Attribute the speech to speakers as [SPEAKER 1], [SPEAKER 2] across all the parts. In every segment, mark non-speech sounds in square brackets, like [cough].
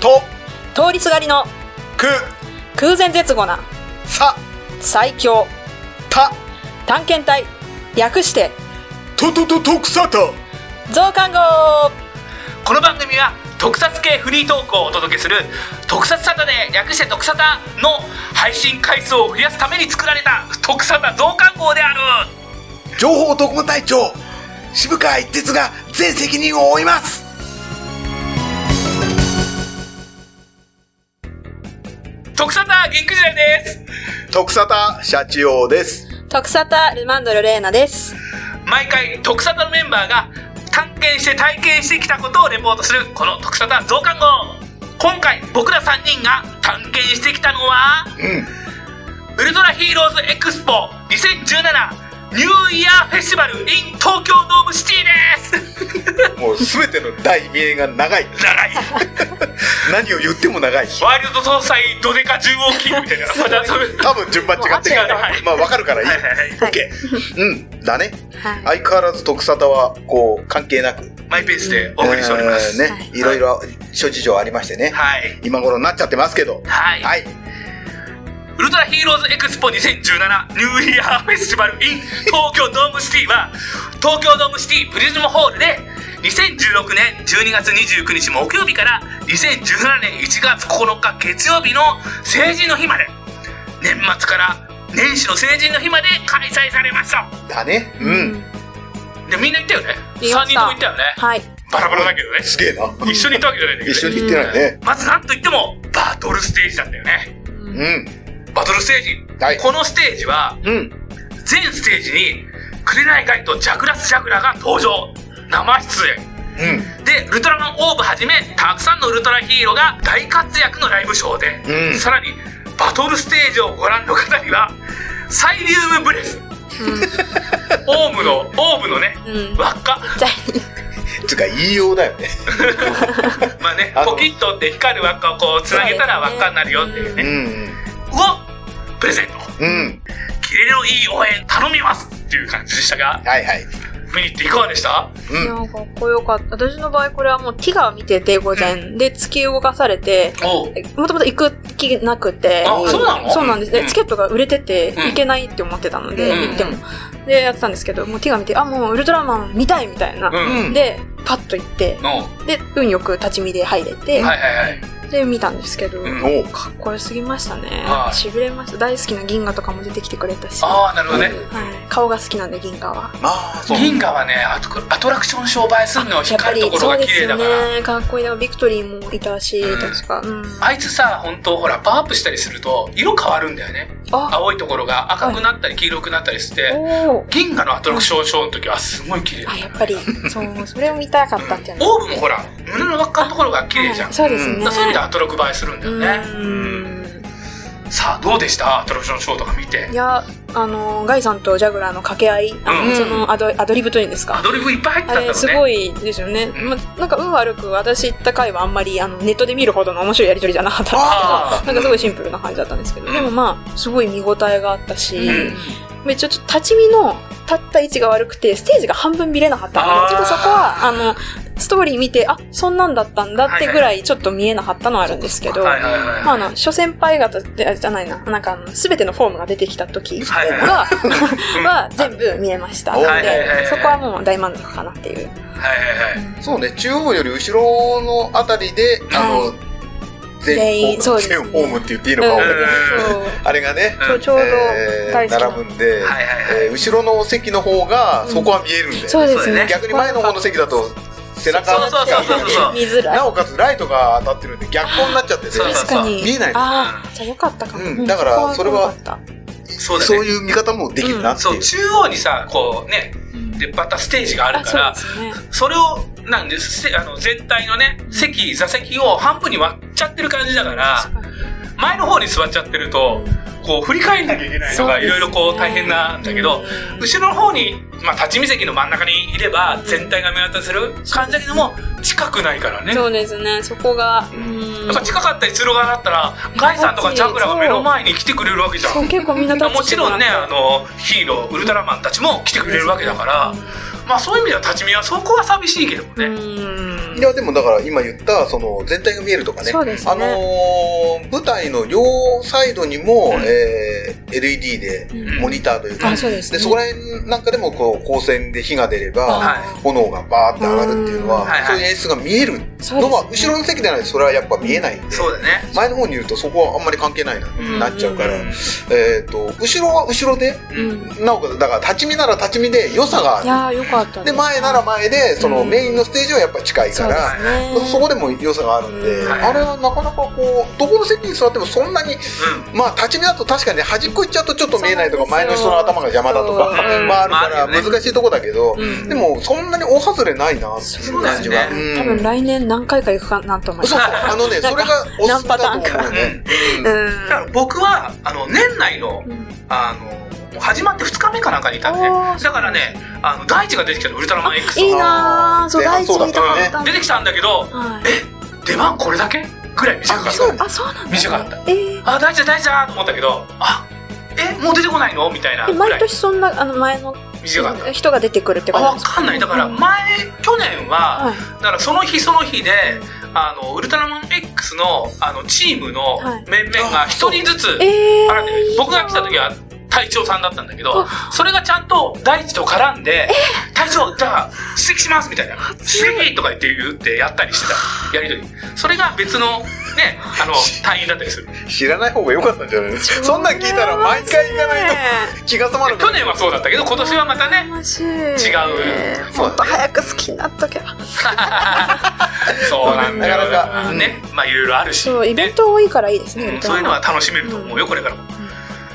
[SPEAKER 1] 通りすがりの
[SPEAKER 2] く
[SPEAKER 1] 空前絶後な
[SPEAKER 2] さ
[SPEAKER 1] 最強
[SPEAKER 2] た
[SPEAKER 1] 探検隊略して
[SPEAKER 2] ととととくさた
[SPEAKER 1] 増刊号
[SPEAKER 3] この番組は特撮系フリートークをお届けする特撮サタで略して特サタの配信回数を増やすために作られた特サタ増刊号である
[SPEAKER 2] 情報特務隊長渋川一徹が全責任を負います
[SPEAKER 3] 特サタ元気時代です
[SPEAKER 2] 徳沙汰社長です
[SPEAKER 1] 徳沙汰ルマンドルレーナです
[SPEAKER 3] 毎回特サタのメンバーが探検して体験してきたことをレポートするこの特サタ増刊号今回僕ら3人が探検してきたのは
[SPEAKER 2] うん
[SPEAKER 3] ウルトラヒーローズエクスポ2017ニューイヤーフェスティバル in 東京ドームシティです
[SPEAKER 2] もう全ての題名が長い
[SPEAKER 3] 長い
[SPEAKER 2] 何を言っても長い
[SPEAKER 3] ワイルド搭載ドデカ重王金みたいなまだそれ
[SPEAKER 2] 多分順番違ってる
[SPEAKER 3] もう間違いない
[SPEAKER 2] まあわかるからいい
[SPEAKER 3] はいはいはい
[SPEAKER 2] OK うんだね
[SPEAKER 1] はい
[SPEAKER 2] 相変わらず徳沙汰はこう関係なく
[SPEAKER 3] マイペースでお送りしております、
[SPEAKER 2] えー
[SPEAKER 1] はい
[SPEAKER 2] ねいろいろ諸事情ありましてね
[SPEAKER 3] はい
[SPEAKER 2] 今頃になっちゃってますけど
[SPEAKER 3] はい
[SPEAKER 2] はい
[SPEAKER 3] ウルトラヒーローズエクスポ2017ニューイヤーフェスティバル in 東京ドームシティは東京ドームシティプリズムホールで2016年12月29日木曜日から2017年1月9日月曜日の成人の日まで年末から年始の成人の日まで開催されました
[SPEAKER 2] だねうん
[SPEAKER 3] でみんな行ったよね
[SPEAKER 1] 言いま
[SPEAKER 3] 3
[SPEAKER 1] し
[SPEAKER 3] 人とも行ったよね
[SPEAKER 1] はい
[SPEAKER 3] バラバラだけどね
[SPEAKER 2] すげえな
[SPEAKER 3] 一緒に行ったわけじゃないんだけどね
[SPEAKER 2] 一緒に行ってないね
[SPEAKER 3] まずなんといってもバトルステージだったよね
[SPEAKER 2] うん
[SPEAKER 3] バトルステージ、
[SPEAKER 2] はい
[SPEAKER 3] このステージは
[SPEAKER 2] うん
[SPEAKER 3] 全ステージに紅ガイとジャグラスジャグラが登場生出演でウルトラマンオーブはじめたくさんのウルトラヒーローが大活躍のライブショーで、
[SPEAKER 2] うん
[SPEAKER 3] さらにバトルステージをご覧の方にはサイリウムブレスオウムのオウムのね、
[SPEAKER 1] うん
[SPEAKER 3] 輪っか
[SPEAKER 1] じゃ
[SPEAKER 2] うんつうか言いようだよね
[SPEAKER 3] まあね
[SPEAKER 2] あの
[SPEAKER 3] ポキッとって光る輪っかをこうつなげたら輪っかになるよっていう
[SPEAKER 2] う
[SPEAKER 3] ね
[SPEAKER 2] ん
[SPEAKER 3] をプレゼント
[SPEAKER 2] うん
[SPEAKER 3] キレのいい応援頼みますっていう感じでしたが
[SPEAKER 2] はいはい
[SPEAKER 3] 見に行っていかがでした
[SPEAKER 2] う
[SPEAKER 1] あ
[SPEAKER 2] ん
[SPEAKER 1] なんかかっこよかった私の場合これはもうティガー見てて午前で突き動かされて
[SPEAKER 3] おう
[SPEAKER 1] もともと行く気なくて
[SPEAKER 3] あそうなの
[SPEAKER 1] そうなんです、
[SPEAKER 3] う
[SPEAKER 1] で
[SPEAKER 3] ん
[SPEAKER 1] チケットが売れてて
[SPEAKER 3] うん
[SPEAKER 1] 行けないって思ってたので、
[SPEAKER 3] うん
[SPEAKER 1] 行ってもでやってたんですけどもうティガー見てあもうウルトラマン見たいみたいな、
[SPEAKER 3] うん
[SPEAKER 2] うん
[SPEAKER 1] でパッと行って
[SPEAKER 3] おう
[SPEAKER 1] で運よく立ち見で入れて、
[SPEAKER 3] はいはいはい
[SPEAKER 1] で見たんですけど、
[SPEAKER 3] うん
[SPEAKER 2] おう
[SPEAKER 1] かっこよすぎましたね
[SPEAKER 3] はい
[SPEAKER 1] しびれました大好きな銀河とかも出てきてくれたし、は
[SPEAKER 3] ああなるほどね
[SPEAKER 1] い、顔が好きなんで銀河は
[SPEAKER 2] まあそう
[SPEAKER 3] 銀河はねアトアトラクション商売するの
[SPEAKER 1] やっ
[SPEAKER 3] は
[SPEAKER 1] ぱ
[SPEAKER 3] 光
[SPEAKER 1] り
[SPEAKER 3] るところ
[SPEAKER 1] そ
[SPEAKER 3] が
[SPEAKER 1] うで
[SPEAKER 3] 綺
[SPEAKER 1] す
[SPEAKER 3] 麗だ
[SPEAKER 1] よ
[SPEAKER 3] から、
[SPEAKER 1] ねかっこいいなビクトリーもいたし、
[SPEAKER 3] うん
[SPEAKER 1] 確かうん
[SPEAKER 3] あいつさ本当ほらパワーアップしたりすると色変わるんだよね
[SPEAKER 1] あ
[SPEAKER 3] 青いところが赤くなったり黄色くなったりして、
[SPEAKER 1] おお
[SPEAKER 3] 銀河のアトラクションショーの時はすごい綺麗だ
[SPEAKER 1] あ
[SPEAKER 3] ね
[SPEAKER 1] やっぱりそうそれを見たかったっていうの
[SPEAKER 3] オーブもほら胸の輪っかのところが綺麗じゃん、
[SPEAKER 1] はいそうですね、
[SPEAKER 3] だからそういう意味でアトロク映えするんだよね、
[SPEAKER 1] うん
[SPEAKER 3] さあどうでしたアトラクションショーとか見て
[SPEAKER 1] いやあのガイさんとジャグラーの掛け合い、あの
[SPEAKER 3] うん
[SPEAKER 1] そのアドアドリブというんですか
[SPEAKER 3] アドリブいっぱい入って
[SPEAKER 1] あ
[SPEAKER 3] たんだろうね
[SPEAKER 1] れすごいですよね、
[SPEAKER 3] ん
[SPEAKER 1] ま、なんか運悪く私行った回はあんまりあのネットで見るほどの面白いやり取りじゃなかったん
[SPEAKER 3] あ
[SPEAKER 1] ですけどなんかすごいシンプルな感じだったんですけど、
[SPEAKER 3] うん
[SPEAKER 1] でもまあすごい見応えがあったし、
[SPEAKER 3] うん
[SPEAKER 1] めっちゃちょっと立ち見の立った位置が悪くてステージが半分見れなかったの
[SPEAKER 3] あー
[SPEAKER 1] でちょっとそこはあのストーリー見てあそんなんだったんだってぐらいちょっと見えなかったのはあるんですけど。
[SPEAKER 3] はいはいはいはい、
[SPEAKER 1] まあ、あの、諸先輩方であじゃないな。なんか、あの、すべてのフォームが出てきた時が、
[SPEAKER 3] はいはい
[SPEAKER 1] [laughs] は全部見えましたので、
[SPEAKER 2] はい
[SPEAKER 3] はいはいはい
[SPEAKER 1] そこはもう大満足かなっていう。
[SPEAKER 3] はいはいはい
[SPEAKER 2] そうね中央より後ろのあたりであ
[SPEAKER 1] は
[SPEAKER 2] の
[SPEAKER 1] 全
[SPEAKER 2] 全
[SPEAKER 1] 員そうですね
[SPEAKER 2] 全ホームって言っていいのかわかんない
[SPEAKER 1] そう
[SPEAKER 2] あれがね
[SPEAKER 1] ちょちょうど大好きな、
[SPEAKER 2] 並ぶんで、
[SPEAKER 3] はいはいはい
[SPEAKER 2] えー後ろの席の方がそこは見えるんで、
[SPEAKER 1] そうですね
[SPEAKER 2] 逆に前の方の席だと背中
[SPEAKER 3] そうそうそうそうそう
[SPEAKER 1] 見づらい
[SPEAKER 2] なおかつライトが当たってるんで逆光になっちゃってて
[SPEAKER 3] そうそ
[SPEAKER 1] 確
[SPEAKER 3] う
[SPEAKER 1] かに
[SPEAKER 2] 見えない
[SPEAKER 1] ああじゃあよかったかも、
[SPEAKER 2] うんだからそれは
[SPEAKER 1] よかった
[SPEAKER 3] そうだね
[SPEAKER 2] そういう見方もできるなっていう,、
[SPEAKER 3] そう中央にさこうね
[SPEAKER 1] うん
[SPEAKER 3] 出っ張ったステージがある
[SPEAKER 1] あ
[SPEAKER 3] か
[SPEAKER 1] そう
[SPEAKER 3] ら
[SPEAKER 1] で、すね
[SPEAKER 3] それを、なんです、せあの、全体のね、席、座席を半分に割っちゃってる感じだから
[SPEAKER 1] 確、かに
[SPEAKER 3] 前の方に座っちゃってると、こう、振り返んなきゃいけないの
[SPEAKER 1] そう
[SPEAKER 3] が、
[SPEAKER 1] ですね
[SPEAKER 3] いろいろこう、大変なんだけど、後ろの方に、まあ、立ち見席の真ん中にいれば、全体が見渡せる感じだけども、近くないからね。
[SPEAKER 1] そ
[SPEAKER 3] や
[SPEAKER 1] うですねそこがうん
[SPEAKER 3] っぱ近かったり、鶴岡だったら、ガイさんとかジャグラが目の前に来てくれるわけじゃ。
[SPEAKER 1] そうん結構みんなタッ
[SPEAKER 3] も
[SPEAKER 1] チし
[SPEAKER 3] ち
[SPEAKER 1] て
[SPEAKER 3] ろんね、
[SPEAKER 1] もら
[SPEAKER 3] あ
[SPEAKER 1] って
[SPEAKER 3] の、ヒーロー、ウルトラマンたちも来てくれるわけだから、まあそういう意味では立ち見はそこは寂しいけどもね。
[SPEAKER 1] うん
[SPEAKER 3] うん
[SPEAKER 2] いや、でもだから今言った、その全体が見えるとかね。
[SPEAKER 1] そうですね
[SPEAKER 2] あのー舞台の両サイドにも、
[SPEAKER 3] うん
[SPEAKER 2] えー LED で
[SPEAKER 1] うん
[SPEAKER 2] モニターというか、
[SPEAKER 1] あ、そうですね。
[SPEAKER 2] で、そこら辺なんかでもこう、光線で火が出れば、
[SPEAKER 3] はい
[SPEAKER 2] 炎がバーって上がるっていうのは、
[SPEAKER 3] うんはいはい
[SPEAKER 2] そういう演出が見える
[SPEAKER 1] そうです
[SPEAKER 2] の
[SPEAKER 1] ね
[SPEAKER 2] は、後ろの席でないとそれはやっぱ見えないんで、
[SPEAKER 3] そうだね
[SPEAKER 2] 前の方にいるとそこはあんまり関係ないな、
[SPEAKER 3] ん
[SPEAKER 2] なっちゃうから、
[SPEAKER 3] うん
[SPEAKER 2] えっ、と、後ろは後ろで、
[SPEAKER 1] うん
[SPEAKER 3] うん
[SPEAKER 2] なおかつ、だから立ち見なら立ち見で良さがあ
[SPEAKER 1] い
[SPEAKER 2] る。
[SPEAKER 1] やー、よかった
[SPEAKER 2] で、前なら前で、その
[SPEAKER 1] うん
[SPEAKER 2] メインのステージはやっぱ近い
[SPEAKER 1] そ
[SPEAKER 2] か
[SPEAKER 1] うで
[SPEAKER 2] ら、
[SPEAKER 1] すね。
[SPEAKER 2] そこでも良さがあるんで、
[SPEAKER 1] はい
[SPEAKER 2] あれはなかなかこう、どこの席に座ってもそんなに、まあ立ち見だと確かに端っこ行っちゃうとちょっと見えないとか、
[SPEAKER 1] そうな
[SPEAKER 2] 前
[SPEAKER 1] ん
[SPEAKER 2] の
[SPEAKER 1] です
[SPEAKER 2] 人
[SPEAKER 1] よ
[SPEAKER 2] の頭が邪魔だとか
[SPEAKER 1] そう、
[SPEAKER 2] まああるか
[SPEAKER 3] まあある
[SPEAKER 2] ら
[SPEAKER 3] よね
[SPEAKER 2] 難しいとこだけど、
[SPEAKER 1] うん
[SPEAKER 2] でもそんなに大外れないなっていう感じは。
[SPEAKER 3] そうだ
[SPEAKER 2] う
[SPEAKER 1] 多分
[SPEAKER 2] ん
[SPEAKER 1] 来年何回か行くかなと思いま
[SPEAKER 2] そう
[SPEAKER 1] す。
[SPEAKER 2] そう、あのね、それがおすすめだと思うね。
[SPEAKER 1] う
[SPEAKER 2] うん
[SPEAKER 3] だから僕はあの年内の
[SPEAKER 1] ん。
[SPEAKER 3] あのもう始まって2日目かなんかにいたんで
[SPEAKER 1] あー
[SPEAKER 3] だからねあの大地が出てきたのウルトラマン X
[SPEAKER 1] いいなー。そう、
[SPEAKER 2] 前半
[SPEAKER 1] 大地
[SPEAKER 2] そうだっ
[SPEAKER 1] 見
[SPEAKER 2] た
[SPEAKER 1] た
[SPEAKER 2] よ
[SPEAKER 1] か
[SPEAKER 2] ね
[SPEAKER 1] った。
[SPEAKER 3] 出てきたんだけど
[SPEAKER 1] はい。
[SPEAKER 3] 出番これだけぐらい短か
[SPEAKER 2] あ
[SPEAKER 3] っ
[SPEAKER 2] そう
[SPEAKER 3] た
[SPEAKER 2] なんだ
[SPEAKER 1] あ、そうなんだ、ね。
[SPEAKER 3] 短かっ
[SPEAKER 1] えー
[SPEAKER 3] あ大地だ大地だと思ったけどあえもう出てこないのみたいな
[SPEAKER 1] え
[SPEAKER 3] ぐら
[SPEAKER 1] 毎
[SPEAKER 3] い
[SPEAKER 1] 年そんな、あの、前の
[SPEAKER 3] 短かった
[SPEAKER 1] 人が出てくるって
[SPEAKER 3] あ
[SPEAKER 1] 感
[SPEAKER 3] わ
[SPEAKER 1] じ
[SPEAKER 3] かんないだから
[SPEAKER 1] うん
[SPEAKER 3] 前去年は
[SPEAKER 1] はい。
[SPEAKER 3] だからその日その日であのウルトラマン X のあのチームの
[SPEAKER 1] はい
[SPEAKER 3] 面々が一人ずつ
[SPEAKER 1] え
[SPEAKER 3] 絡んで
[SPEAKER 1] ー。
[SPEAKER 3] 僕が来た時は隊長さんだったんだけど
[SPEAKER 1] あ
[SPEAKER 3] それがちゃんと大地と絡んで「隊長じゃあ指摘します」みたいな「指摘!」とか言って言ってやったりしてたやりとりそれが別のねあ
[SPEAKER 2] [laughs]
[SPEAKER 3] の隊員だったりする
[SPEAKER 2] ん知らない方が良かったんじゃないそんなん聞いたら毎回行かないと気が済まなくな
[SPEAKER 3] 去
[SPEAKER 2] る
[SPEAKER 3] 年はそうだったけど今年はまたね
[SPEAKER 1] 違
[SPEAKER 3] 違
[SPEAKER 2] う
[SPEAKER 1] もっと早く好きになっとけば。
[SPEAKER 3] そうなんだよ
[SPEAKER 2] なかなか
[SPEAKER 3] ねまあいろいろあるし
[SPEAKER 1] そう、イベント多いからいいですね。
[SPEAKER 3] う
[SPEAKER 1] み
[SPEAKER 3] ん
[SPEAKER 1] た
[SPEAKER 3] そういうのは楽しめると思うよこれからも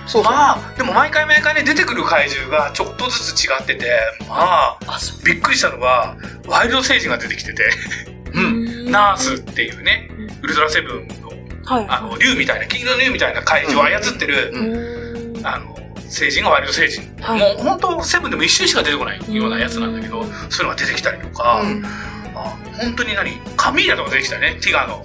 [SPEAKER 2] そうそう。
[SPEAKER 3] まあでも毎回毎回ね出てくる怪獣がちょっとずつ違っててまあ
[SPEAKER 1] あ、そう。
[SPEAKER 3] びっくりしたのはワイルド星人が出てきてて [laughs] うん
[SPEAKER 1] ん
[SPEAKER 3] ナースっていうねウルトラセブンの
[SPEAKER 1] はい。
[SPEAKER 3] あの竜みたいな金色の竜みたいな怪獣を操ってる、
[SPEAKER 2] う
[SPEAKER 1] うん
[SPEAKER 3] あの星人がワイルド星人、
[SPEAKER 1] はい
[SPEAKER 3] もう本当セブンでも一瞬しか出てこないようなやつなんだけど、
[SPEAKER 1] うん
[SPEAKER 3] そういうのが出てきたりとか、
[SPEAKER 2] うん
[SPEAKER 3] あ本当に何カミーラとか出てきたねティガーの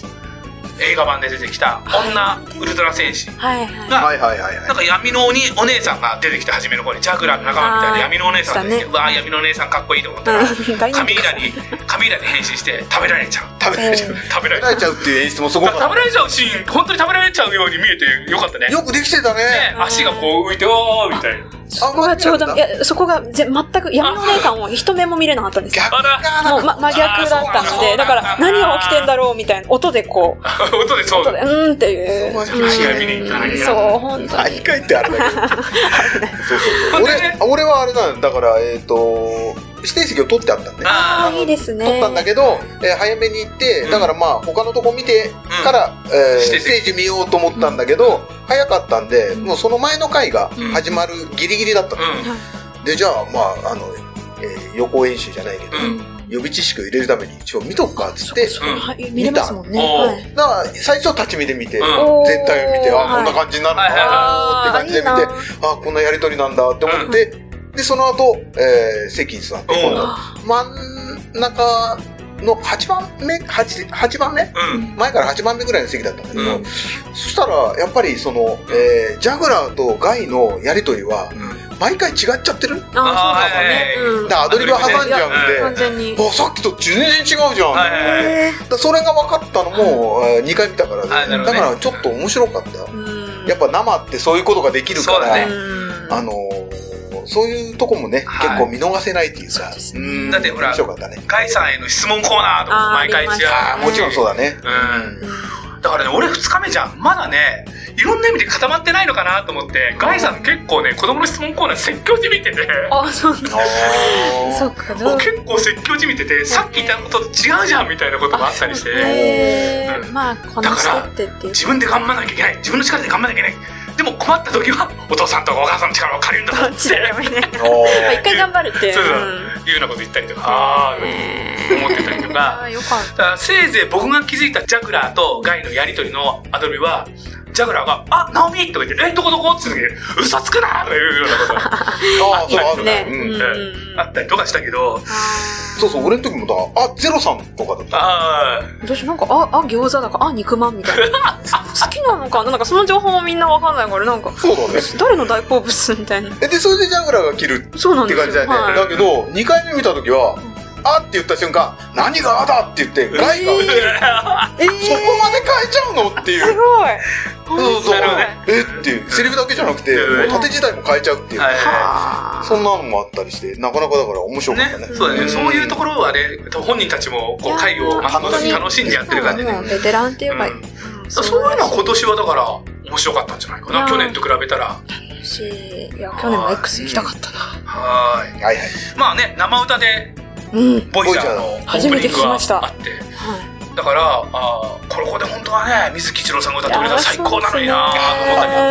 [SPEAKER 3] 映画版で出てきた女ウルトラ戦士
[SPEAKER 1] はいはい。
[SPEAKER 3] が
[SPEAKER 2] はいはいはいはい
[SPEAKER 3] なん。か闇のおにお姉さんが出てきて初めの頃にジャグラーの仲間みたいな
[SPEAKER 1] あー
[SPEAKER 3] 闇のお姉さんが出てきて、
[SPEAKER 1] そう
[SPEAKER 3] わー闇のお姉さんかっこいいと思ったら
[SPEAKER 1] うん大
[SPEAKER 3] カミーラにカミーラに変身して食べられちゃう
[SPEAKER 2] 食べられちゃう。
[SPEAKER 1] え
[SPEAKER 3] 食べら
[SPEAKER 2] 食べ
[SPEAKER 3] れち
[SPEAKER 2] ら
[SPEAKER 3] ゃう
[SPEAKER 2] れちゃうっていう演出もすごかっ
[SPEAKER 3] 食べ
[SPEAKER 2] た。
[SPEAKER 3] られちゃうシーン本当に食べられちゃうように見えてよかったね
[SPEAKER 2] よくできてたね。
[SPEAKER 3] ね足がこう浮いておーみたいな
[SPEAKER 1] そこがちょうど、いや、そこがぜ全く、闇のお姉さんを一目も見れなかったんですよ。
[SPEAKER 2] 逆
[SPEAKER 3] あら
[SPEAKER 2] が
[SPEAKER 1] も
[SPEAKER 2] な
[SPEAKER 1] うん
[SPEAKER 2] か
[SPEAKER 1] ま、真逆だったの
[SPEAKER 3] あーそうなんだ
[SPEAKER 1] で、だから
[SPEAKER 3] そうなんだ
[SPEAKER 1] 何が起きてんだろうみたいな音でこう、
[SPEAKER 3] 音でそう
[SPEAKER 1] 音
[SPEAKER 3] だ
[SPEAKER 1] で、うーんっていう。
[SPEAKER 2] そうなんだ
[SPEAKER 1] うん
[SPEAKER 2] 確かに見に行かなきゃいけ
[SPEAKER 1] そ
[SPEAKER 2] な
[SPEAKER 1] う
[SPEAKER 2] い、
[SPEAKER 1] 本当
[SPEAKER 2] 毎
[SPEAKER 1] に。
[SPEAKER 2] 回ってあれだけど。そうそうそう。
[SPEAKER 3] ほんでね
[SPEAKER 2] 俺、俺はあれなんだから、えっと、指定席を取ってあったんで。
[SPEAKER 1] あ
[SPEAKER 3] あ
[SPEAKER 1] ーいいですね。
[SPEAKER 2] 取ったんだけど、えー早めに行って、
[SPEAKER 3] うん
[SPEAKER 2] だからまあ他のとこ見てから、えー
[SPEAKER 3] してて
[SPEAKER 2] ステージ見ようと思ったんだけど、早かったんで、
[SPEAKER 1] うん
[SPEAKER 2] もうその前の回が
[SPEAKER 1] うん
[SPEAKER 2] 始まるギリギリだったの、
[SPEAKER 3] ー
[SPEAKER 2] でじゃあまああの、えー予行演習じゃないけど、
[SPEAKER 3] うん
[SPEAKER 2] 予備知識を入れるために一応見とくかっつっ
[SPEAKER 1] そ
[SPEAKER 2] て
[SPEAKER 1] こそこはい見れますもんね。
[SPEAKER 3] 見た
[SPEAKER 1] はい
[SPEAKER 2] だから最初立ち見で見て、
[SPEAKER 3] うん
[SPEAKER 1] おー
[SPEAKER 2] 全体を見てあこんな
[SPEAKER 1] はい
[SPEAKER 2] 感じになるの
[SPEAKER 3] はいはい
[SPEAKER 2] か
[SPEAKER 1] あ
[SPEAKER 2] な
[SPEAKER 1] ー
[SPEAKER 2] って感じで見て、あこんなやりとりなんだって思って、でその後、えー席に座って
[SPEAKER 3] うん
[SPEAKER 2] 今度真ん中の8番目 8, 8番目
[SPEAKER 3] うんうん
[SPEAKER 2] 前から8番目ぐらいの席だったんだけど、
[SPEAKER 3] うん
[SPEAKER 2] そしたらやっぱりその、えージャグラーとガイのやりとりは毎回違っちゃってる
[SPEAKER 1] いいなあー、そうなん
[SPEAKER 2] だからアドリブ挟んじゃ
[SPEAKER 1] だ
[SPEAKER 2] うん
[SPEAKER 1] 完
[SPEAKER 2] で、
[SPEAKER 1] 全に。
[SPEAKER 2] あさっきと全然違うじゃん、
[SPEAKER 3] はいはいはい
[SPEAKER 1] え
[SPEAKER 2] だからそれが分かったのも、えー2回見たからで
[SPEAKER 3] はいなる
[SPEAKER 2] だ
[SPEAKER 3] ほどね
[SPEAKER 2] からちょっと面白かった、
[SPEAKER 1] ーうん
[SPEAKER 2] やっぱ生ってそういうことができるか
[SPEAKER 3] そうだ
[SPEAKER 2] ら、
[SPEAKER 3] ね
[SPEAKER 1] うん
[SPEAKER 2] あのーそういうとこもね、
[SPEAKER 3] はい
[SPEAKER 2] 結構見逃せないっていうか
[SPEAKER 1] そうですね
[SPEAKER 2] ん
[SPEAKER 3] だってほら
[SPEAKER 2] 面白かったね
[SPEAKER 3] ガイさんへの質問コーナーとかも毎回違
[SPEAKER 1] あ
[SPEAKER 3] う
[SPEAKER 1] ーありました
[SPEAKER 2] ああもちろんそうだね、
[SPEAKER 3] うんだからね俺2日目じゃんまだねいろんな意味で固まってないのかなと思ってガイさん結構ね子供の質問コーナー説教じみてて
[SPEAKER 1] あ、そうなんだ。
[SPEAKER 2] あー
[SPEAKER 1] そっか、どう
[SPEAKER 3] お結構説教じみててさっき言ったことと違うじゃんみたいなことがあったりして
[SPEAKER 1] へ
[SPEAKER 3] う
[SPEAKER 1] ー
[SPEAKER 3] ん
[SPEAKER 1] まあ、こなしてってっていう。
[SPEAKER 3] 自分で頑張らなきゃいけない自分の力で頑張らなきゃいけないでも困った時はお父さんとかお母さんの力を借りるん
[SPEAKER 1] ど
[SPEAKER 3] だっ
[SPEAKER 1] ってちだよね。
[SPEAKER 2] あー
[SPEAKER 1] まあ一回頑張るっていう。
[SPEAKER 3] そうそう
[SPEAKER 1] うん
[SPEAKER 3] いうようなこと言ったりとかあー思ってたりとか
[SPEAKER 1] あーよかっ
[SPEAKER 3] だからせいぜい僕が気づいたジャグラーとガイのやりとりのアドリブは、ジャグラーが、あ、ナオミとか言って、え、どこどこって言って、嘘つくなとかいうようなことが
[SPEAKER 2] あーそうあ
[SPEAKER 1] た
[SPEAKER 2] る
[SPEAKER 1] ね。
[SPEAKER 2] うん
[SPEAKER 1] うんうん
[SPEAKER 3] あったりとかしたけど、
[SPEAKER 2] そうそう、俺の時もだから、あ、ゼロさんとかだった。
[SPEAKER 3] あ
[SPEAKER 1] 私なんか、あ、あ、餃子だか、あ、肉まんみたいな。 [laughs] 好きなのかななんかその情報もみんなわかんないから、なんか、
[SPEAKER 2] そうだね。
[SPEAKER 1] 誰の大好物みたいな。
[SPEAKER 2] えで、それでジャグラーが切るっ
[SPEAKER 1] そうなん
[SPEAKER 2] て
[SPEAKER 1] です
[SPEAKER 2] 感
[SPEAKER 1] よ。
[SPEAKER 2] じだよね。
[SPEAKER 1] はい
[SPEAKER 2] だけど、2回目見た時は、あって言った瞬間、何があだって言って、ガイが、
[SPEAKER 1] ええー、
[SPEAKER 2] そこまで変えちゃうのってい
[SPEAKER 1] す [laughs]
[SPEAKER 2] う。
[SPEAKER 1] ごい。
[SPEAKER 2] そうそう
[SPEAKER 3] なるほどね。
[SPEAKER 2] えっていう。セリフだけじゃなくて、
[SPEAKER 3] うん
[SPEAKER 2] もう縦自体も変えちゃうっていう。
[SPEAKER 1] は
[SPEAKER 2] そんなのもあったりして、なかなかだから面白かったね。
[SPEAKER 3] ね、そうだね、
[SPEAKER 2] ん
[SPEAKER 3] そういうところはね、本人たちもこう会を楽し楽しんでやってる感じで、
[SPEAKER 1] もうベテランっていうか、
[SPEAKER 3] うんそういうのは今年はだから面白かったんじゃないか
[SPEAKER 1] いや
[SPEAKER 3] な
[SPEAKER 1] ー
[SPEAKER 3] 去年と比べたら
[SPEAKER 1] 楽しい。いや、去年も X 行きたかったな。
[SPEAKER 3] はー
[SPEAKER 2] は
[SPEAKER 3] い
[SPEAKER 2] いはい。
[SPEAKER 3] まあね生歌で
[SPEAKER 1] うん。はい。
[SPEAKER 3] ボイジャーのオープニングがあってだからあーこれこで本当はね水木一郎さんが歌ってくれたら最高なのになーと思ったけど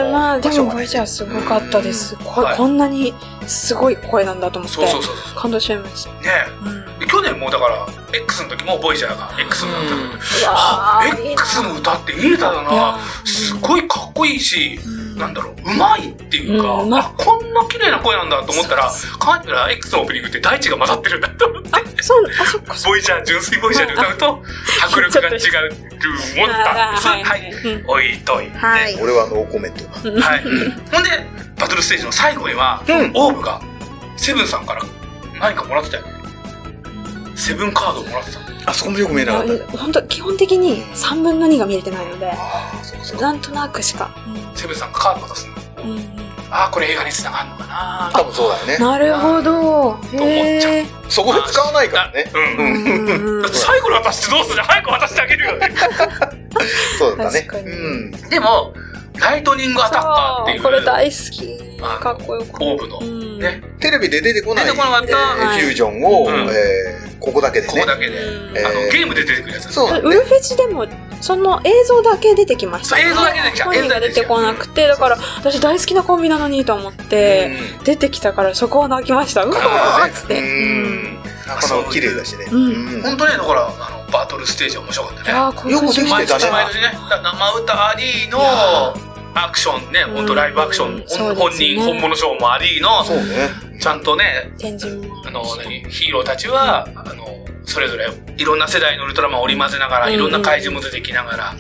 [SPEAKER 1] えーまあ、でも、ボイジャーすごかったです。こ
[SPEAKER 3] はい
[SPEAKER 1] こんなにすごい声なんだと思って
[SPEAKER 3] そう、そうそうそう
[SPEAKER 1] 感動しちゃいました。
[SPEAKER 3] ね
[SPEAKER 1] うん。
[SPEAKER 3] で去年もだから X の時もボイジャーが X の歌って
[SPEAKER 1] いや
[SPEAKER 3] あ
[SPEAKER 1] ー
[SPEAKER 3] X の歌っていい歌だ
[SPEAKER 1] いや
[SPEAKER 3] なすごいかっこいいし
[SPEAKER 1] うん
[SPEAKER 3] なんだろう、うまいっていうか、
[SPEAKER 1] うんうまい
[SPEAKER 3] あこんな綺麗な声なんだと思ったら、帰ったら X のオープニングって大地が混ざってるんだ
[SPEAKER 1] [laughs]
[SPEAKER 3] と思って、
[SPEAKER 1] そう、あ、そっか、そっ
[SPEAKER 3] ボイジャー、純粋ボイジャーで歌うと、迫力が違う、
[SPEAKER 1] [laughs]
[SPEAKER 3] 思っ
[SPEAKER 1] か。
[SPEAKER 3] た。そ
[SPEAKER 1] は
[SPEAKER 3] う
[SPEAKER 1] い
[SPEAKER 3] は。
[SPEAKER 1] はいい。うん
[SPEAKER 3] 置いといて。は。
[SPEAKER 1] はいい。
[SPEAKER 2] 俺はノーコメント。
[SPEAKER 3] ほんで、バトルステージの最後には、
[SPEAKER 2] うん
[SPEAKER 3] オーブが、セブンさんから何かもらってたよね。セブンカードもらってた。
[SPEAKER 2] あそこもよく見えなかった。
[SPEAKER 1] 本当基本的に3分の2が見れてないので
[SPEAKER 2] ああ、そうかそうか。
[SPEAKER 1] なんとなくしか、
[SPEAKER 3] セブンさんがカード渡すの。
[SPEAKER 1] うんうん
[SPEAKER 3] ああ、これ映画に繋がるのかな
[SPEAKER 2] 多分そうだよね。
[SPEAKER 1] なるほどへえ
[SPEAKER 2] そこで使わないからね。
[SPEAKER 3] うん。だ [laughs] って最後に渡してどうする早く渡してあげるよね。
[SPEAKER 2] そうだったね
[SPEAKER 1] 確。かに
[SPEAKER 2] うん。
[SPEAKER 3] でも、ライトニングアタッカーっていう、
[SPEAKER 1] これ大好きかっこよかった
[SPEAKER 3] オーブの、
[SPEAKER 1] うん
[SPEAKER 3] ね、
[SPEAKER 2] テレビで出てこない、え
[SPEAKER 3] 出てこなかった、
[SPEAKER 2] ー
[SPEAKER 1] はい
[SPEAKER 2] フュージョンを、
[SPEAKER 3] うん
[SPEAKER 2] えーここだけでね。
[SPEAKER 3] ここだけ
[SPEAKER 1] う
[SPEAKER 3] で、
[SPEAKER 1] ん
[SPEAKER 2] え
[SPEAKER 3] あの
[SPEAKER 2] ー
[SPEAKER 3] ゲームで出てくるやつだ
[SPEAKER 2] そうだ
[SPEAKER 1] ウ
[SPEAKER 2] ね。
[SPEAKER 1] ルフェチでもその映像だけ出てきましたね
[SPEAKER 3] そう映像だけ出てきた
[SPEAKER 1] 本人が出てこなくてだから私大好きなコンビなのにと思って出てきたからそこは泣きましたうわーっつっ
[SPEAKER 2] う
[SPEAKER 1] て
[SPEAKER 2] ん。なかなか綺麗だしね。
[SPEAKER 1] うん
[SPEAKER 2] うん
[SPEAKER 3] 本当ねだからあのバトルステージは面白かっ
[SPEAKER 1] い
[SPEAKER 3] た
[SPEAKER 1] や
[SPEAKER 3] ね
[SPEAKER 1] ー興奮しま
[SPEAKER 2] よく
[SPEAKER 1] し
[SPEAKER 2] でき
[SPEAKER 1] た
[SPEAKER 2] てたね
[SPEAKER 3] 毎年ねだから生歌ありの
[SPEAKER 1] いや
[SPEAKER 3] アクションね本当ライブアクション、
[SPEAKER 1] うんそう
[SPEAKER 3] 本
[SPEAKER 1] です
[SPEAKER 3] 人、
[SPEAKER 1] ね
[SPEAKER 3] 本物ショーもありの
[SPEAKER 2] そうね。
[SPEAKER 3] ちゃんとね
[SPEAKER 1] 展示も
[SPEAKER 3] あの何ヒーローたちは、あのそれぞれいろんな世代のウルトラマンを織り交ぜながら、
[SPEAKER 1] うん
[SPEAKER 3] いろんな怪獣も出てきながら、
[SPEAKER 1] はい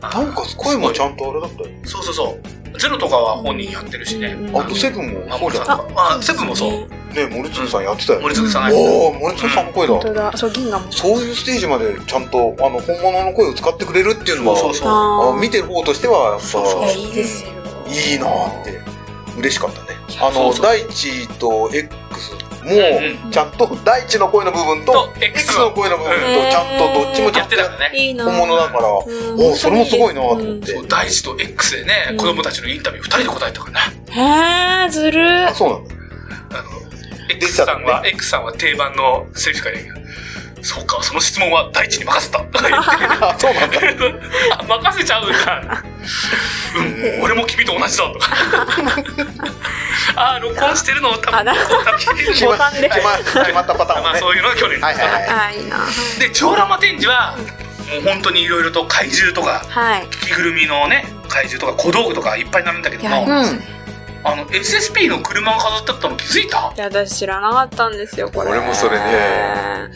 [SPEAKER 3] あ
[SPEAKER 2] なんか声もちゃんとあれだったよ。
[SPEAKER 3] そうそうそうゼロとかは本人やってるしね、
[SPEAKER 1] うん
[SPEAKER 2] あとセブンもそう
[SPEAKER 3] 守
[SPEAKER 2] じ
[SPEAKER 3] さ
[SPEAKER 2] ゃ
[SPEAKER 3] ん
[SPEAKER 2] ん。
[SPEAKER 3] とかまあセブンもそう
[SPEAKER 2] ね、森次さんやってたよ。
[SPEAKER 3] 森次さんがやってた
[SPEAKER 2] おお、森次さんの声
[SPEAKER 1] 本
[SPEAKER 2] だ
[SPEAKER 1] 当。だそう銀河も
[SPEAKER 2] そういうステージまでちゃんと、あの、本物の声を使ってくれるっていうのは、
[SPEAKER 3] そうそうそう
[SPEAKER 1] あ
[SPEAKER 2] あ
[SPEAKER 1] ー
[SPEAKER 2] 見てる方としては、やっぱ、
[SPEAKER 3] そうそう
[SPEAKER 1] いやいいですよ
[SPEAKER 2] いいなーって嬉しかったね
[SPEAKER 1] いや
[SPEAKER 2] あ
[SPEAKER 3] そ
[SPEAKER 2] の
[SPEAKER 3] うそう
[SPEAKER 2] 大地と X
[SPEAKER 3] うんう
[SPEAKER 2] もちゃんと大地の声の部分
[SPEAKER 3] と
[SPEAKER 2] と
[SPEAKER 3] X
[SPEAKER 2] X
[SPEAKER 3] の
[SPEAKER 2] の声の部分と
[SPEAKER 1] うん
[SPEAKER 2] ちゃんとどっちもち
[SPEAKER 3] や
[SPEAKER 2] ゃ
[SPEAKER 3] っ
[SPEAKER 2] んと
[SPEAKER 3] てたからね
[SPEAKER 1] いいな
[SPEAKER 2] 本物だからお
[SPEAKER 1] うん
[SPEAKER 2] おそれもすごいなーと思って
[SPEAKER 3] そう大地と X でね、
[SPEAKER 1] うん
[SPEAKER 3] 子供たちのインタビュー2人で答えたから
[SPEAKER 1] へ
[SPEAKER 3] ね
[SPEAKER 1] えずる
[SPEAKER 2] あそうなんだ
[SPEAKER 3] あの X さんは、X さんは定番のセリフしかねそうかその質問は大地に任せたとか言って
[SPEAKER 2] あそうなんだ
[SPEAKER 3] [laughs] あ任せちゃうんだうん俺も君と同じだとかあ録音してるの多
[SPEAKER 1] あ
[SPEAKER 3] 分
[SPEAKER 1] な
[SPEAKER 2] [laughs] 決
[SPEAKER 3] [laughs]
[SPEAKER 2] ま
[SPEAKER 1] ボタンで
[SPEAKER 2] 決ま決まったパターン
[SPEAKER 3] ま
[SPEAKER 2] を
[SPEAKER 3] あ
[SPEAKER 2] ね
[SPEAKER 3] そういうのが去年
[SPEAKER 2] はいはい [laughs] は
[SPEAKER 1] あいいな
[SPEAKER 3] でジオラマ展示はもう本当にいろいろと怪獣とか
[SPEAKER 1] はい
[SPEAKER 3] 着ぐるみのね怪獣とか小道具とかいっぱい並んだけど
[SPEAKER 1] いや
[SPEAKER 3] も、
[SPEAKER 2] いうん
[SPEAKER 3] あの SSP の車が飾ってあったの気づいた
[SPEAKER 1] いや私知らなかったんですよこれ
[SPEAKER 2] 俺もそれね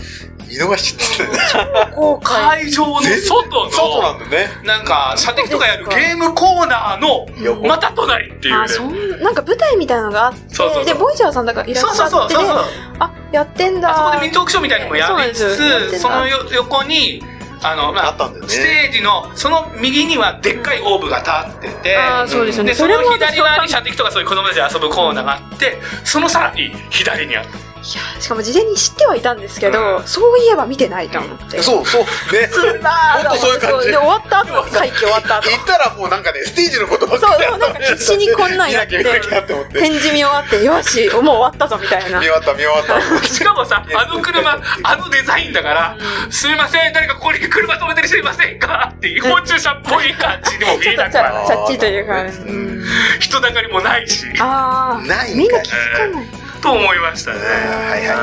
[SPEAKER 2] 見逃しちゃってたね
[SPEAKER 1] 後悔
[SPEAKER 3] 会場の外の
[SPEAKER 2] 外なんだね
[SPEAKER 3] なんか射的とかやる
[SPEAKER 1] そうです
[SPEAKER 3] ゲームコーナーの
[SPEAKER 2] 横
[SPEAKER 3] また隣っていう
[SPEAKER 1] あ
[SPEAKER 3] ね
[SPEAKER 1] そんなんか舞台みたいなのがあって
[SPEAKER 3] そうそうそう
[SPEAKER 1] でボイジャーさんだからいらっ
[SPEAKER 3] そう
[SPEAKER 1] しゃ
[SPEAKER 3] そ
[SPEAKER 1] っ
[SPEAKER 3] うそう
[SPEAKER 1] て
[SPEAKER 3] そうそう
[SPEAKER 1] あやってんだ
[SPEAKER 3] あそこでミニトークショーみたいにもやりつ
[SPEAKER 1] そうなんで
[SPEAKER 3] つ
[SPEAKER 1] す
[SPEAKER 3] そのよ横にあのま
[SPEAKER 2] あ
[SPEAKER 3] あ
[SPEAKER 2] ったんだよ
[SPEAKER 3] ス
[SPEAKER 2] ね
[SPEAKER 3] テージのその右にはでっかいオーブが立ってて、
[SPEAKER 1] あーそうですよね
[SPEAKER 3] そ
[SPEAKER 1] それ
[SPEAKER 3] の
[SPEAKER 1] も
[SPEAKER 3] 左側に射的とかそういう子供たちで遊ぶコーナーがあってそのさらに左に
[SPEAKER 1] [laughs]
[SPEAKER 3] あった
[SPEAKER 1] いやしかも事前に知ってはいたんですけど、
[SPEAKER 3] うん
[SPEAKER 1] そういえば見てないと思って
[SPEAKER 2] そうそうね
[SPEAKER 1] そうだー
[SPEAKER 2] ほんとそういう感じ
[SPEAKER 1] で終わった後会期終わった後
[SPEAKER 2] 行ったらもうなんかねステージのことばっかり
[SPEAKER 1] そうなんか必死にこんなんやって
[SPEAKER 2] 見なきゃいけなきゃって思って
[SPEAKER 1] 展示見終わってよしもう終わったぞみたいな
[SPEAKER 2] 見終わった見終わった
[SPEAKER 3] しかもさあの車あのデザインだから「すいません誰かここに車止めてる人いませんか?」って
[SPEAKER 1] [laughs]
[SPEAKER 3] 違法駐車っぽい感じにも見
[SPEAKER 1] ちょ
[SPEAKER 3] え
[SPEAKER 1] っと
[SPEAKER 3] な
[SPEAKER 1] チャ
[SPEAKER 3] くは
[SPEAKER 1] チャッチというか、
[SPEAKER 2] う
[SPEAKER 1] うん
[SPEAKER 3] 人だかりもないし
[SPEAKER 1] ああ
[SPEAKER 2] ないんかい
[SPEAKER 1] みんな気づかない
[SPEAKER 3] と思いましたね。
[SPEAKER 2] はいはい
[SPEAKER 3] はい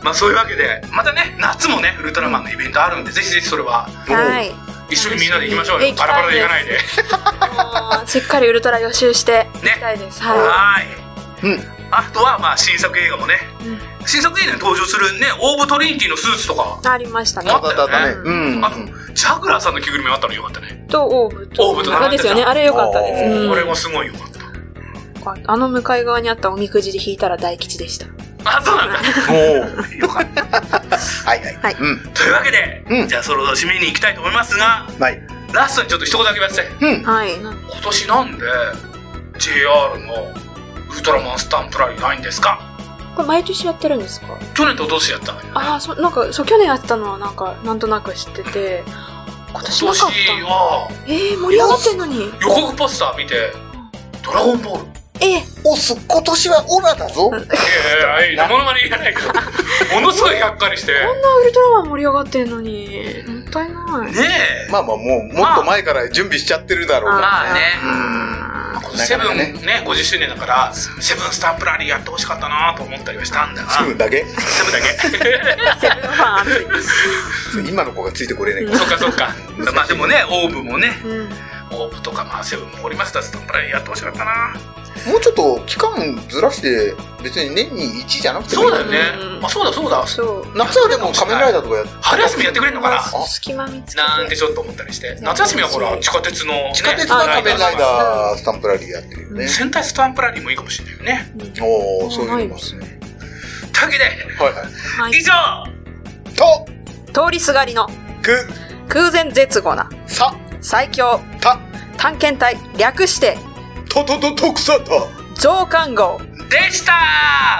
[SPEAKER 3] まあそういうわけでまたね夏もねウルトラマンのイベントあるんでぜひぜひそれは
[SPEAKER 1] はい
[SPEAKER 3] 一緒にみんなで行きましょう
[SPEAKER 1] え
[SPEAKER 3] よ
[SPEAKER 1] 行き
[SPEAKER 3] バ
[SPEAKER 1] たい
[SPEAKER 3] ラバラで行かないで。
[SPEAKER 1] あー [laughs] しっかりウルトラ予習していきたいです、は
[SPEAKER 3] はーい、
[SPEAKER 2] うん
[SPEAKER 3] あとはまあ新作映画もね、新作映画に登場するねオーブトリニティのスーツとか
[SPEAKER 1] いありましたね
[SPEAKER 2] あったあったね。うん。
[SPEAKER 3] あとジャグラーさんの着ぐるみもあったのよかったね、
[SPEAKER 1] とオーブと
[SPEAKER 3] オーブと
[SPEAKER 1] あれですよねあれ良かったです、
[SPEAKER 2] うん
[SPEAKER 3] これも
[SPEAKER 1] う
[SPEAKER 3] すごいよかった
[SPEAKER 1] ん、あの向かい側にあったおみくじで引いたら大吉でした
[SPEAKER 3] あそうなんだ
[SPEAKER 2] おお
[SPEAKER 3] よかった
[SPEAKER 2] はいはい、
[SPEAKER 1] はい
[SPEAKER 2] うん
[SPEAKER 3] というわけで、
[SPEAKER 2] うん
[SPEAKER 3] じゃあそろそろ締めに行きたいと思いますが
[SPEAKER 2] ない
[SPEAKER 3] ラストにちょっと一言だけ言わせて
[SPEAKER 2] うん
[SPEAKER 1] はい。なん
[SPEAKER 3] 今年なんで JR のウルトラマンスタンプラリーないんですか
[SPEAKER 1] これ毎年やってるんですか
[SPEAKER 3] 去年と一昨年やったのよ
[SPEAKER 1] ああ、そ、なんか、そう、去年やってたのはなんか、なんとなく知ってて、今年な
[SPEAKER 3] 今
[SPEAKER 1] かっ
[SPEAKER 3] 年
[SPEAKER 1] たの。
[SPEAKER 3] は
[SPEAKER 1] ええー、盛り上がってんのに。
[SPEAKER 3] 予告ポスター見て「ドラゴンボール」
[SPEAKER 1] ええ
[SPEAKER 2] おす今年はオラだぞ
[SPEAKER 3] いやいやいやものまね言えないけどものすごいがっかりして
[SPEAKER 1] こんなウルトラマン盛り上がってんのに。もったいない。
[SPEAKER 3] ねえ
[SPEAKER 2] まあまあもうもっと前から準備しちゃってるだろうから、
[SPEAKER 3] まあね
[SPEAKER 1] あ
[SPEAKER 2] うん
[SPEAKER 3] セブン
[SPEAKER 2] ね
[SPEAKER 3] ね50周年だからセブンスタンプラリーやってほしかったなと思ったりはしたんだが
[SPEAKER 2] セブンだ
[SPEAKER 1] [laughs]
[SPEAKER 2] け
[SPEAKER 3] セブンだ [laughs] け
[SPEAKER 1] ー [laughs] セブンファン熱い。
[SPEAKER 2] 今の子がついてこれないから
[SPEAKER 3] そっかそっかまあでもねオーブもね
[SPEAKER 1] うん。
[SPEAKER 3] オーブとかまあセブンもおりましたスタンプラリーやってほしかったな
[SPEAKER 2] もうちょっと期間ずらして別に年に1じゃなくてもい
[SPEAKER 3] そ
[SPEAKER 2] いう
[SPEAKER 3] だよね
[SPEAKER 1] うん
[SPEAKER 3] あそうだそうだ
[SPEAKER 1] そう。
[SPEAKER 2] 夏はでも仮面ライダーとかやって
[SPEAKER 3] 春休みやってくれんのかな
[SPEAKER 2] あ
[SPEAKER 1] 隙間見つけて。
[SPEAKER 3] なんてちょっと思ったりして夏休みはほら地下鉄のね
[SPEAKER 2] 地下鉄が仮面ライ
[SPEAKER 1] ー
[SPEAKER 2] ダースタンプラリーやってるよね、
[SPEAKER 3] 戦隊スタンプラリーもいいかもしれないよね
[SPEAKER 1] うん
[SPEAKER 2] おおそういうのもあるね
[SPEAKER 3] というわけで
[SPEAKER 2] はいはい
[SPEAKER 1] はい
[SPEAKER 3] 以。上
[SPEAKER 2] と
[SPEAKER 1] 通りすがりの
[SPEAKER 2] く
[SPEAKER 1] 空前絶後な
[SPEAKER 2] さ
[SPEAKER 1] 最強
[SPEAKER 2] た
[SPEAKER 1] 探検隊略して
[SPEAKER 2] ととと徳さんだ
[SPEAKER 1] 上官号。
[SPEAKER 3] でした